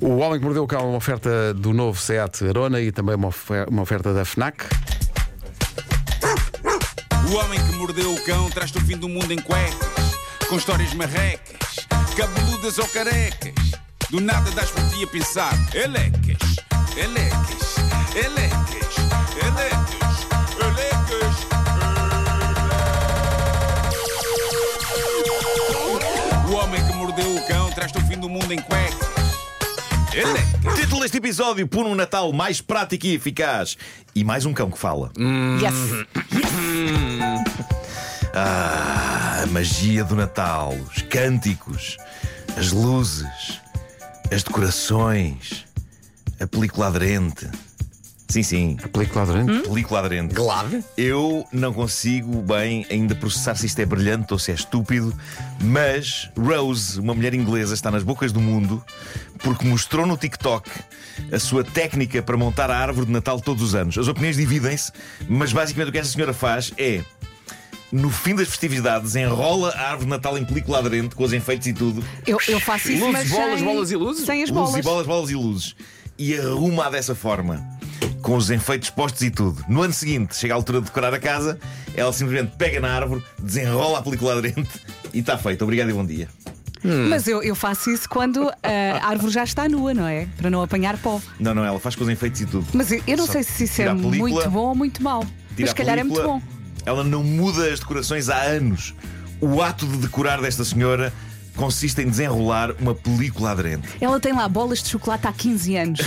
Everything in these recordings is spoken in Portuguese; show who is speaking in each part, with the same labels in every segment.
Speaker 1: O Homem que Mordeu o Cão é uma oferta do novo Seat Arona e também uma ofe- uma oferta da FNAC.
Speaker 2: O homem que mordeu o cão traz-te o fim do mundo em cuecas, com histórias marrecas, cabeludas ou carecas. Do nada das por ti a pensar, elecas, elecas, elecas, elecas, elecas. O homem que mordeu o cão traz-te o fim do mundo em cuecas. é. Elecas.
Speaker 3: Título deste episódio: Por um Natal mais prático e eficaz. E mais um cão que fala.
Speaker 4: Yes.
Speaker 3: Ah, a magia do Natal, os cânticos, as luzes, as decorações, a película aderente. Sim, sim,
Speaker 1: Película durante.
Speaker 3: película aderente.
Speaker 5: Glave?
Speaker 3: Eu não consigo bem ainda processar se isto é brilhante ou se é estúpido, mas Rose, uma mulher inglesa, está nas bocas do mundo porque mostrou no TikTok a sua técnica para montar a árvore de Natal todos os anos. As opiniões dividem-se, mas basicamente o que esta senhora faz é. No fim das festividades, enrola a árvore de Natal em película aderente, com os enfeites e tudo,
Speaker 4: Eu, eu faço isso,
Speaker 6: Luzes,
Speaker 4: mas
Speaker 6: bolas,
Speaker 4: sem,
Speaker 6: bolas e luzes?
Speaker 4: Sem as
Speaker 3: luzes
Speaker 4: bolas.
Speaker 3: e bolas, bolas e luzes. E arruma dessa forma, com os enfeites postos e tudo. No ano seguinte, chega a altura de decorar a casa, ela simplesmente pega na árvore, desenrola a película aderente e está feito. Obrigado e bom dia. Hum.
Speaker 4: Mas eu, eu faço isso quando a árvore já está nua, não é? Para não apanhar pó.
Speaker 3: Não, não, ela faz com os enfeites e tudo.
Speaker 4: Mas eu, eu não
Speaker 3: Só
Speaker 4: sei se isso
Speaker 3: tira
Speaker 4: é
Speaker 3: a película,
Speaker 4: muito bom ou muito mau.
Speaker 3: tira
Speaker 4: Mas
Speaker 3: a
Speaker 4: se calhar é muito
Speaker 3: película.
Speaker 4: bom.
Speaker 3: Ela não muda as decorações há anos. O ato de decorar desta senhora consiste em desenrolar uma película aderente.
Speaker 4: Ela tem lá bolas de chocolate há 15 anos.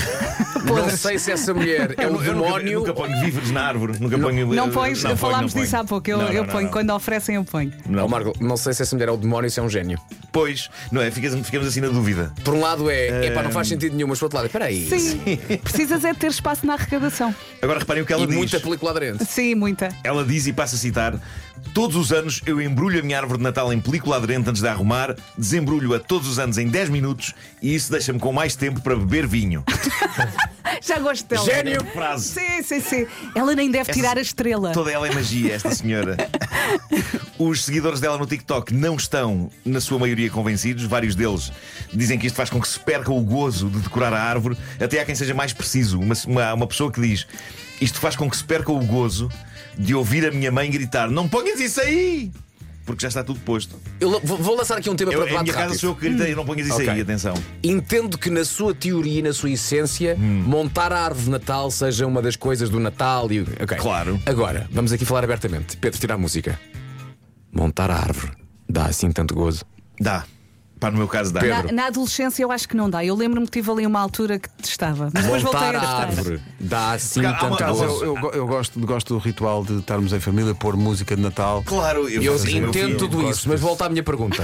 Speaker 6: Não sei se essa mulher é
Speaker 3: Eu
Speaker 6: um
Speaker 3: nu- eu nunca-
Speaker 6: demónio.
Speaker 3: Nunca, ponho víveres na árvore. Nunca ponho.
Speaker 4: Não
Speaker 3: eh,
Speaker 4: pões,
Speaker 3: não
Speaker 4: falámos
Speaker 3: não
Speaker 4: disso há pouco. Eu,
Speaker 3: Não, não,
Speaker 4: eu
Speaker 3: não,
Speaker 4: ponho,
Speaker 3: não.
Speaker 4: quando oferecem, eu ponho.
Speaker 3: Não.
Speaker 6: Oh, Marco, não sei se essa mulher é um demónio ou se é um gênio.
Speaker 3: Pois, não é? Ficas- Ficamos assim na dúvida.
Speaker 6: Por um lado é, epá, não faz
Speaker 3: Hum.
Speaker 6: sentido nenhum, mas por outro lado, é, espera aí.
Speaker 4: Sim, precisas é de ter espaço na arrecadação.
Speaker 3: Agora reparem o que ela
Speaker 6: E
Speaker 3: diz.
Speaker 6: muita película aderente.
Speaker 4: Sim, muita.
Speaker 3: Ela diz e passa a citar: Todos os anos eu embrulho a minha árvore de Natal em película aderente antes de a arrumar, desembrulho-a todos os anos em 10 minutos e isso deixa-me com mais tempo para beber vinho.
Speaker 4: Já gosto dela.
Speaker 6: Gênio!
Speaker 3: Frase.
Speaker 4: Sim, sim, sim. Ela nem deve tirar a estrela.
Speaker 3: Toda ela é magia, esta senhora. Os seguidores dela no TikTok não estão, na sua maioria, convencidos. Vários deles dizem que isto faz com que se perca o gozo de decorar a árvore. Até há quem seja mais preciso. Uma, uma, uma pessoa que diz: Isto faz com que se perca o gozo de ouvir a minha mãe gritar: Não ponhas isso aí! Porque já está tudo posto.
Speaker 6: Eu la- vou vou lançar aqui um tema
Speaker 3: Eu,
Speaker 6: para
Speaker 3: em
Speaker 6: debate
Speaker 3: minha casa
Speaker 6: rápido.
Speaker 3: sou eu que gritei, não ponhas isso
Speaker 6: Ok.
Speaker 3: aí, atenção.
Speaker 6: Entendo que na sua teoria e na sua essência,
Speaker 3: Hum.
Speaker 6: montar a árvore de Natal seja uma das coisas do Natal e. ok.
Speaker 3: Claro.
Speaker 6: Agora, vamos aqui falar abertamente. Pedro, tira a música. Montar a árvore dá assim tanto gozo.
Speaker 3: Dá. Pá, no meu caso dá.
Speaker 4: Na, na adolescência eu acho que não dá. Eu lembro-me que tive ali uma altura que testava. Mas depois voltei a
Speaker 6: montar a
Speaker 4: testar.
Speaker 6: árvore dá assim
Speaker 3: Porque há uma-
Speaker 6: tanto
Speaker 3: há uma-
Speaker 6: gozo.
Speaker 1: Eu, eu go- eu gosto, gosto do ritual de estarmos em família, pôr música de Natal.
Speaker 3: Claro, eu,
Speaker 6: Eu
Speaker 3: faço isso, meu
Speaker 6: entendo
Speaker 3: filho.
Speaker 6: tudo isso, mas volta à minha pergunta.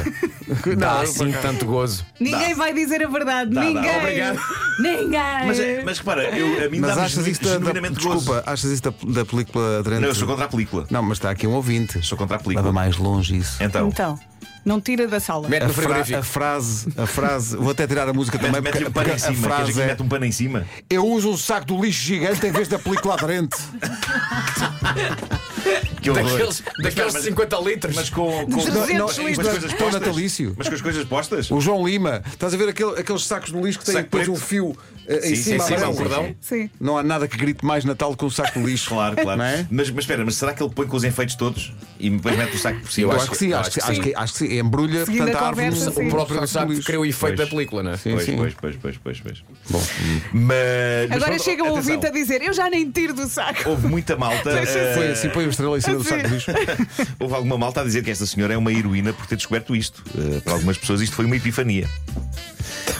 Speaker 6: Dá assim tanto gozo.
Speaker 4: Ninguém vai dizer a verdade.
Speaker 3: Dá, dá.
Speaker 4: Ninguém.
Speaker 3: Obrigado.
Speaker 4: Ninguém.
Speaker 3: Mas, eh, mas repara, eu, a mim
Speaker 1: Mas
Speaker 3: dá-me
Speaker 1: achas isso da, da,
Speaker 3: genuinamente gozo.
Speaker 1: desculpa, achas isso da, da película aderente?
Speaker 3: Não, eu sou contra a película.
Speaker 1: Não, mas está aqui um ouvinte.
Speaker 3: Sou contra a película.
Speaker 1: Leva mais longe isso.
Speaker 3: Então,
Speaker 4: Então, não tira da sala.
Speaker 3: É
Speaker 6: Mete
Speaker 1: A,
Speaker 6: no
Speaker 1: fra-
Speaker 6: frigorífico.
Speaker 1: a frase, a frase, vou até tirar a música também,
Speaker 3: mete, mete
Speaker 1: porque,
Speaker 3: um pano
Speaker 1: porque
Speaker 3: em
Speaker 1: a
Speaker 3: cima. Queres
Speaker 1: frase
Speaker 3: que
Speaker 1: é
Speaker 3: mete um pano em cima?
Speaker 1: Eu uso um saco do lixo gigante em vez da película aderente.
Speaker 3: Que horror.
Speaker 6: Daqueles, daqueles 50 litros.
Speaker 3: Mas com, com,
Speaker 4: Não,
Speaker 3: mas
Speaker 4: não,
Speaker 3: com as
Speaker 4: isto
Speaker 3: coisas
Speaker 1: é
Speaker 3: postas.
Speaker 1: natalício.
Speaker 3: Mas com as coisas postas?
Speaker 1: O João Lima, estás a ver aquele- aqueles sacos no lixo que têm
Speaker 3: Saco
Speaker 1: depois
Speaker 3: preto.
Speaker 1: um fio eh, em
Speaker 3: Sim,
Speaker 1: cima,
Speaker 3: sim, sim,
Speaker 1: amarelo?
Speaker 3: sim, sim, sim.
Speaker 4: Sim.
Speaker 1: Não há nada que grite mais Natal que um saco de lixo.
Speaker 3: Claro, claro.
Speaker 1: Não é?
Speaker 3: mas, mas espera, mas será que ele põe com os enfeites todos e depois mete o saco por
Speaker 1: Eu
Speaker 3: cima?
Speaker 1: acho, que sim, acho, que, acho, que, acho que sim. Embrulha,
Speaker 4: Seguindo
Speaker 1: portanto,
Speaker 4: a
Speaker 1: a árvore
Speaker 4: conversa,
Speaker 1: no-
Speaker 4: sim.
Speaker 6: o próprio
Speaker 1: saco
Speaker 6: saco
Speaker 1: de
Speaker 6: que
Speaker 1: lixo.
Speaker 6: criou o efeito
Speaker 3: Pois.
Speaker 6: da película, não é?
Speaker 1: Sim,
Speaker 3: Pois,
Speaker 1: sim.
Speaker 3: pois, pois, pois, pois, pois. Mas, mas
Speaker 4: Agora
Speaker 3: pronto,
Speaker 4: chega o
Speaker 3: atenção.
Speaker 4: ouvinte a dizer: Eu já nem tiro do saco. Assim,
Speaker 3: Houve muita malta. eh,
Speaker 1: Foi assim, põe uma estrela em cima do saco de lixo.
Speaker 3: Houve alguma malta a dizer que esta senhora é uma heroína por ter descoberto isto. Eh, para algumas pessoas isto foi uma epifania.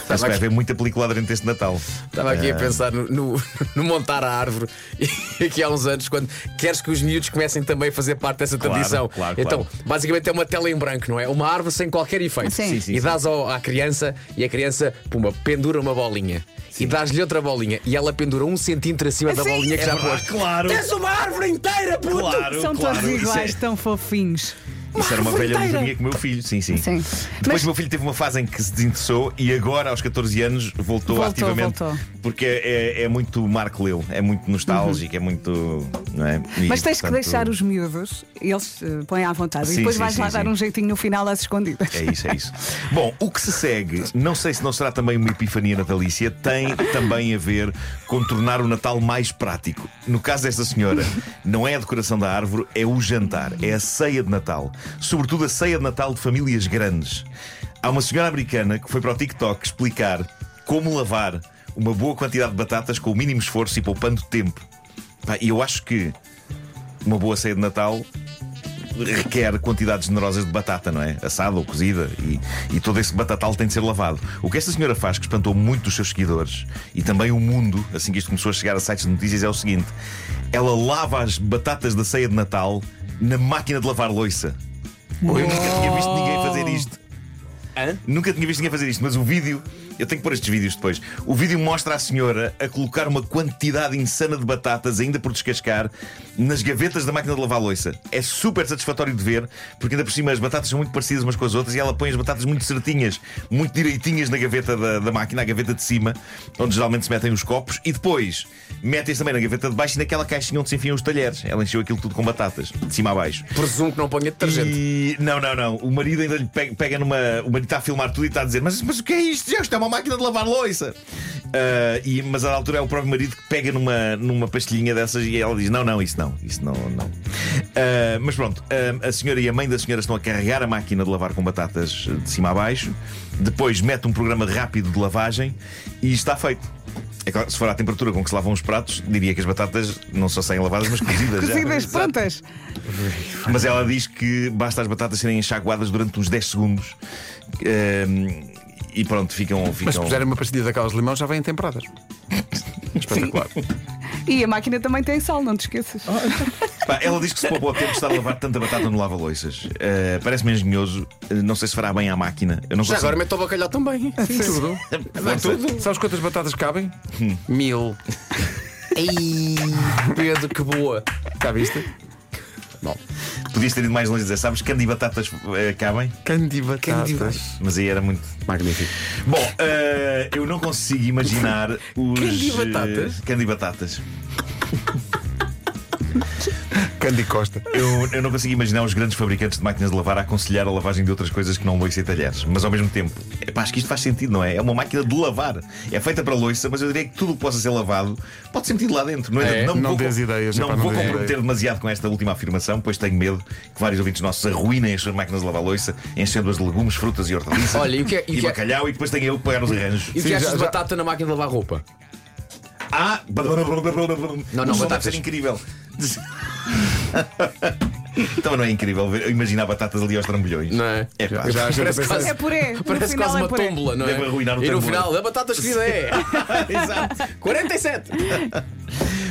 Speaker 3: Acho que vai haver muita película durante este Natal. Eh,
Speaker 6: Estava aqui a
Speaker 3: Ah.
Speaker 6: pensar no, no- no montar a árvore e aqui há uns anos, quando queres que os miúdos comecem também a fazer parte dessa
Speaker 3: Claro,
Speaker 6: tradição.
Speaker 3: claro,
Speaker 6: então,
Speaker 3: claro.
Speaker 6: basicamente é uma tela em branco, não é? Uma árvore sem qualquer efeito.
Speaker 4: Sim. Sim,
Speaker 3: sim,
Speaker 6: e dás ao- à criança e a criança, puma, pendura uma bolinha. E dás-lhe outra bolinha e ela pendura um centímetro acima da
Speaker 4: Sim.
Speaker 6: bolinha que já
Speaker 3: É verdade,
Speaker 6: pôs.
Speaker 3: claro.
Speaker 6: Tens uma árvore inteira, puto!
Speaker 3: Claro,
Speaker 4: São
Speaker 3: claro.
Speaker 4: todos
Speaker 3: Isso é-
Speaker 4: iguais, tão fofinhos.
Speaker 3: Isso era uma
Speaker 4: árvore
Speaker 3: velha luta
Speaker 4: inteira.
Speaker 3: minha com o meu filho, sim, sim.
Speaker 4: Sim.
Speaker 3: Depois
Speaker 4: Mas-
Speaker 3: o meu filho teve uma fase em que se desinteressou e agora, aos 14 anos, voltou,
Speaker 4: Voltou,
Speaker 3: ativamente
Speaker 4: voltou.
Speaker 3: por Porque é, é- é muito Marco Leu, é muito nostálgico, é muito. Não é? E,
Speaker 4: Uhum. Mas tens que
Speaker 3: portanto,
Speaker 4: deixar os miúdos, eles eh, põem à vontade. e
Speaker 3: Sim,
Speaker 4: depois
Speaker 3: sim,
Speaker 4: vais
Speaker 3: sim,
Speaker 4: lá dar
Speaker 3: sim.
Speaker 4: um jeitinho no final às escondidas.
Speaker 3: É isso, é isso. Bom, o que se segue, não sei se não será também uma epifania natalícia, tem também a ver com tornar o Natal mais prático. No caso desta senhora, não é a decoração da árvore, é o jantar, é a ceia de Natal. Sobretudo a ceia de Natal de famílias grandes. Há uma senhora americana que foi para o TikTok explicar como lavar uma boa quantidade de batatas com o mínimo esforço e poupando tempo. Pá, E eu acho que uma boa ceia de Natal requer quantidades generosas de batata, não é? Assada ou cozida. E, e todo esse batatal tem de ser lavado. O que esta senhora faz, que espantou muito os seus seguidores e também o mundo, assim que isto começou a chegar a sites de notícias, é o seguinte: ela lava as batatas da ceia de Natal na máquina de lavar loiça. Eu nunca tinha visto ninguém fazer isto.
Speaker 6: Hã?
Speaker 3: Nunca tinha visto ninguém fazer isto, mas o vídeo. Eu tenho que pôr estes vídeos depois. O vídeo mostra a senhora a colocar uma quantidade insana de batatas, ainda por descascar, nas gavetas da máquina de lavar louça. É super satisfatório de ver, porque ainda por cima as batatas são muito parecidas umas com as outras e ela põe as batatas muito certinhas, muito direitinhas na gaveta da, da máquina, a gaveta de cima, onde geralmente se metem os copos, e depois metem-se também na gaveta de baixo e naquela caixinha onde se enfiam os talheres. Ela encheu aquilo tudo com batatas, de cima a baixo.
Speaker 6: Presumo que não ponha detergente.
Speaker 3: E- Não, não, não. O marido ainda lhe pega, pega numa. O marido está a filmar tudo e está a dizer: Mas, mas o que é isto? Já, Isto é uma máquina de lavar louça. Ah, e, mas à altura é o próprio marido que pega numa, numa pastilhinha dessas e ela diz: Não, não, isso não, isso não, não. Ah, mas pronto, ah, a senhora e a mãe da senhora estão a carregar a máquina de lavar com batatas de cima a baixo, depois mete um programa rápido de lavagem e está feito. É claro, se for à temperatura com que se lavam os pratos, diria que as batatas não só saem lavadas, mas cozidas. já.
Speaker 4: Cozidas prontas.
Speaker 3: Mas ela diz que basta as batatas serem enxaguadas durante uns 10 segundos ehm, e pronto, ficam.
Speaker 1: Mas se
Speaker 3: ficam...
Speaker 1: puserem uma pastilha daquelas de limão, já vêm temperadas. Espetacular.
Speaker 4: E a máquina também tem sal, não te esqueças.
Speaker 3: Oh. Pá, ela diz que se poupou ao tempo de estar a lavar tanta batata no lava-loiças. Eh, Parece-me engenhoso, Eh, não sei se fará bem à máquina. Eu não
Speaker 6: Já
Speaker 3: consigo-
Speaker 6: agora mete o bacalhau também.
Speaker 1: Sim, tudo.
Speaker 6: Vai tudo.
Speaker 1: Sabes quantas batatas cabem? Mil.
Speaker 6: Ei, Pedro, que boa.
Speaker 1: Já viste?
Speaker 3: Podias ter ido mais longe e dizer, sabes, candy batatas eh, cabem?
Speaker 1: Candy batatas.
Speaker 3: Mas aí era muito.
Speaker 1: Magnífico.
Speaker 3: Bom, eh, eu não consigo imaginar os.
Speaker 6: Candy batatas?
Speaker 3: eh, Candy batatas.
Speaker 1: Candy Costa.
Speaker 3: Eu, eu não consigo imaginar os grandes fabricantes de máquinas de lavar a aconselhar a lavagem de outras coisas que não loiça e talheres. Mas ao mesmo tempo, epá, acho que isto faz sentido, não é? É uma máquina de lavar. É feita para loiça, mas eu diria que tudo o que possa ser lavado pode ser metido lá dentro. Não,
Speaker 6: É,
Speaker 3: não,
Speaker 1: não
Speaker 3: vou,
Speaker 1: dês ideias,
Speaker 3: Não
Speaker 1: epá, não
Speaker 3: vou
Speaker 1: dês
Speaker 3: comprometer
Speaker 1: ideias.
Speaker 3: demasiado com esta última afirmação, pois tenho medo que vários ouvintes nossos arruinem as suas máquinas de lavar loiça, enchendo-as de legumes, frutas e hortaliças.
Speaker 6: Olha, e o que é- e o que é-
Speaker 3: bacalhau e depois tenho eu que pagar os arranjos.
Speaker 6: E o
Speaker 1: Sim,
Speaker 6: que é achas
Speaker 1: já-
Speaker 6: de
Speaker 1: já-
Speaker 6: batata na máquina de lavar roupa?
Speaker 3: Ah!
Speaker 6: Não, não,
Speaker 3: o Um som deve
Speaker 6: batatas.
Speaker 3: ser incrível. Então não é incrível ver- imaginar batatas ali aos trambolhões.
Speaker 6: Não é?
Speaker 3: É pá.
Speaker 1: Já a gente
Speaker 6: Parece
Speaker 1: pensa-
Speaker 6: quase-
Speaker 4: É purê. No
Speaker 6: Parece
Speaker 4: final
Speaker 6: quase
Speaker 4: é
Speaker 6: uma
Speaker 4: purê.
Speaker 6: tómbola, não é?
Speaker 3: Deve arruinar o
Speaker 6: e no
Speaker 3: tambor.
Speaker 6: final, a batata escolhida é
Speaker 3: Exato.
Speaker 6: 47.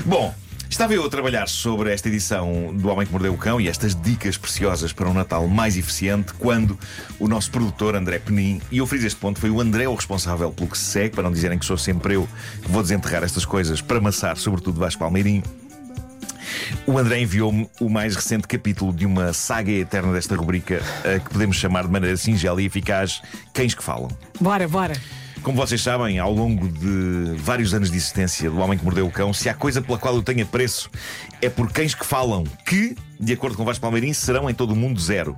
Speaker 3: Bom, estava eu a trabalhar sobre esta edição do Homem que Mordeu o Cão e estas dicas preciosas para um Natal mais eficiente quando o nosso produtor André Penin, e eu friso este ponto, foi o André o responsável pelo que se segue, para não dizerem que sou sempre eu que vou desenterrar estas coisas para amassar, sobretudo Vasco Palmeirim. O André enviou-me o mais recente capítulo de uma saga eterna desta rubrica, eh, que podemos chamar de maneira singela e eficaz Cães que Falam.
Speaker 4: Bora, bora.
Speaker 3: Como vocês sabem, ao longo de vários anos de existência do Homem que Mordeu o Cão, se há coisa pela qual eu tenho apreço, é por cães que falam que, de acordo com Vasco Palmeirim, serão em todo o mundo zero.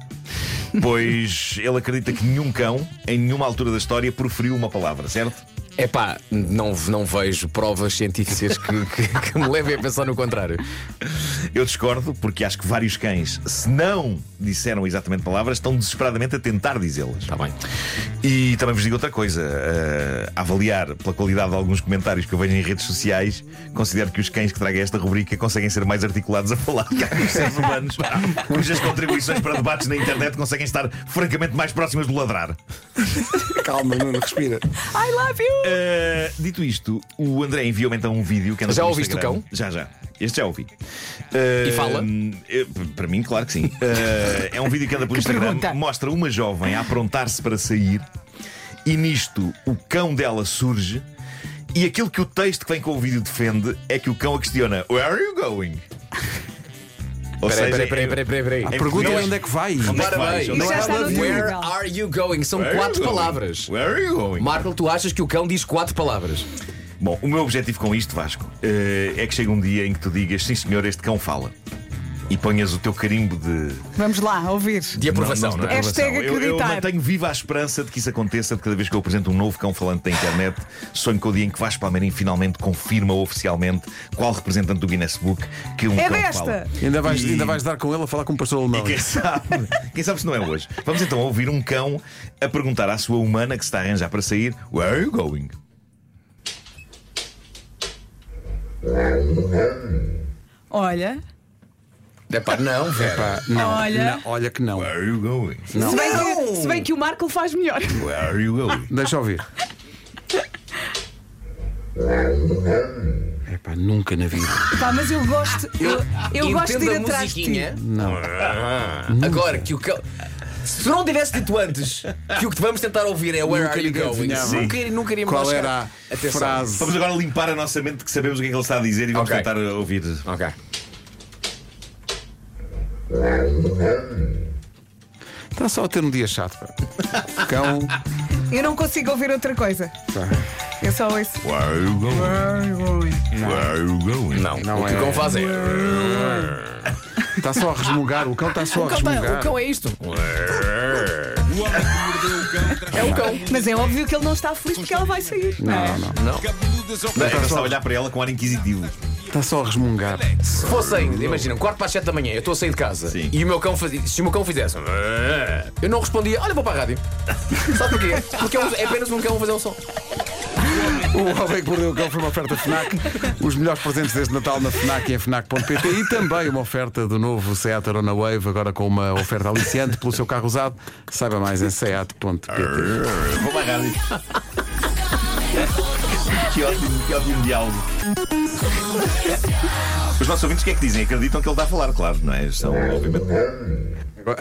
Speaker 3: Pois ele acredita que nenhum cão, em nenhuma altura da história, proferiu uma palavra, certo?
Speaker 6: É pá, não, não vejo provas científicas que, que- que me levem a pensar no contrário.
Speaker 3: Eu discordo, porque acho que vários cães, se não disseram exatamente palavras, estão desesperadamente a tentar dizê-las.
Speaker 6: Está Tá bem.
Speaker 3: E também vos digo outra coisa: eh, a avaliar pela qualidade de alguns comentários que eu vejo em redes sociais, considero que os cães que tragam esta rubrica conseguem ser mais articulados a falar que alguns seres humanos cujas contribuições para debates na internet conseguem estar francamente mais próximas do ladrar.
Speaker 1: Calma, Nuno, respira.
Speaker 4: I love you!
Speaker 3: Eh, dito isto, o André enviou-me então um vídeo que anda
Speaker 6: Já
Speaker 3: pelo
Speaker 6: ouviste o
Speaker 3: Instagram.
Speaker 6: cão?
Speaker 3: Já, já. Este já ouvi.
Speaker 6: E fala?
Speaker 3: Eh, para mim, claro que sim. Eh, é um vídeo que anda pelo
Speaker 4: Que
Speaker 3: Instagram.
Speaker 4: pergunta.
Speaker 3: Mostra uma jovem a aprontar-se para sair e nisto o cão dela surge. E aquilo que o texto que vem com o vídeo defende é que o cão a questiona: Where are you going? Ou
Speaker 6: Peraí,
Speaker 3: seja,
Speaker 6: peraí, peraí, peraí, peraí, peraí.
Speaker 3: é-
Speaker 1: Pergunta
Speaker 3: português.
Speaker 1: onde é que vai.
Speaker 3: Onde é que
Speaker 6: Ora
Speaker 3: vais? Onde
Speaker 6: bem,
Speaker 3: é
Speaker 4: Isso
Speaker 3: que vais?
Speaker 4: já está no
Speaker 6: where
Speaker 4: Google.
Speaker 6: are you going? São
Speaker 3: Where are you
Speaker 6: quatro
Speaker 3: going?
Speaker 6: palavras.
Speaker 3: Where are you going?
Speaker 6: Marco, tu achas que o cão diz quatro palavras?
Speaker 3: Bom, o meu objetivo com isto, Vasco, eh, é que chegue um dia em que tu digas: sim, senhor, este cão fala. E ponhas o teu carimbo de,
Speaker 4: Vamos lá, ouvir.
Speaker 6: De aprovação,
Speaker 3: não,
Speaker 6: não,
Speaker 3: não, não,
Speaker 6: é?
Speaker 4: Hashtag
Speaker 3: aprovação. eu, eu
Speaker 4: acreditar.
Speaker 3: mantenho viva a esperança de que isso aconteça de cada vez que eu apresento um novo cão falante da internet. Sonho com o dia em que Vasco Palmeirim finalmente confirma oficialmente qual representante do Guinness Book que um
Speaker 4: É
Speaker 3: cão
Speaker 4: desta.
Speaker 3: fala.
Speaker 1: Ainda vais,
Speaker 3: E-
Speaker 1: ainda vais dar com ele a falar com um pastor alemão.
Speaker 3: Quem sabe, quem sabe se não é hoje. Vamos então ouvir um cão a perguntar à sua humana que se está a arranjar para sair: Where are you going?
Speaker 4: Olha,
Speaker 6: É pá, não, velho.
Speaker 1: Pá, não,
Speaker 4: Olha.
Speaker 1: não, olha que não.
Speaker 3: Where are you going?
Speaker 4: se bem, que, se bem que o Marco faz melhor.
Speaker 3: Where are you going?
Speaker 1: Deixa eu ouvir. Epá, É nunca na vida.
Speaker 4: Pá, mas eu gosto, eu, eu gosto de ir
Speaker 6: Entendo a
Speaker 4: atrás de ti.
Speaker 6: musiquinha. Ah. Agora, que o cão. Se tu não tivesse dito antes que o que vamos tentar ouvir é Where
Speaker 1: Nunca
Speaker 6: Are You
Speaker 1: ninguém
Speaker 6: Going?
Speaker 1: adivinhava.
Speaker 6: Nunca, nunca iríamos lá
Speaker 1: Qual
Speaker 6: chegar.
Speaker 1: era a
Speaker 6: Atenção.
Speaker 1: frase?
Speaker 3: Vamos agora limpar a nossa mente que sabemos o que é que ele está a dizer e vamos
Speaker 6: Ok.
Speaker 3: tentar ouvir.
Speaker 6: Ok.
Speaker 1: Está só a ter um dia chato. pá. Cão.
Speaker 4: Eu não consigo ouvir outra coisa. Eu só ouço.
Speaker 3: Where are you going? Where are you going?
Speaker 6: Não,
Speaker 1: Não
Speaker 6: o que
Speaker 1: é.
Speaker 6: o cão faz é.
Speaker 1: Está só a resmungar. O cão está só
Speaker 6: O
Speaker 1: a
Speaker 6: cão, tá-
Speaker 1: resmungar.
Speaker 6: o cão é isto.
Speaker 2: O homem que mordeu o cão traz
Speaker 6: É um cão.
Speaker 4: Mas é óbvio que ele não está feliz porque ela vai sair. não é?
Speaker 1: Não, não.
Speaker 2: cabeludas ao
Speaker 3: Mas
Speaker 2: careca.
Speaker 3: eu estava a olhar para ela com ar inquisitivo.
Speaker 1: Está só a resmungar.
Speaker 6: Se fossem, imagina, um quarto para as 7 da manhã, eu estou a sair de casa
Speaker 3: Sim.
Speaker 6: e o meu cão fazia. Se o meu cão fizesse. "Ah", Eu não respondia, olha, vou para a rádio. Sabe porquê? Porque é um- é apenas um cão a fazer um som.
Speaker 1: O Homem que Mordeu o Cão foi uma oferta FNAC. Os melhores presentes deste Natal na FNAC e em FNAC.pt e também uma oferta do novo Seat Arona Wave, agora com uma oferta aliciante pelo seu carro usado. Saiba mais em Seat.pt.
Speaker 3: Vou para a rádio. que ótimo, que ótimo diálogo. Os nossos ouvintes o que é que dizem? Acreditam que ele está a falar, claro, não é? São, obviamente.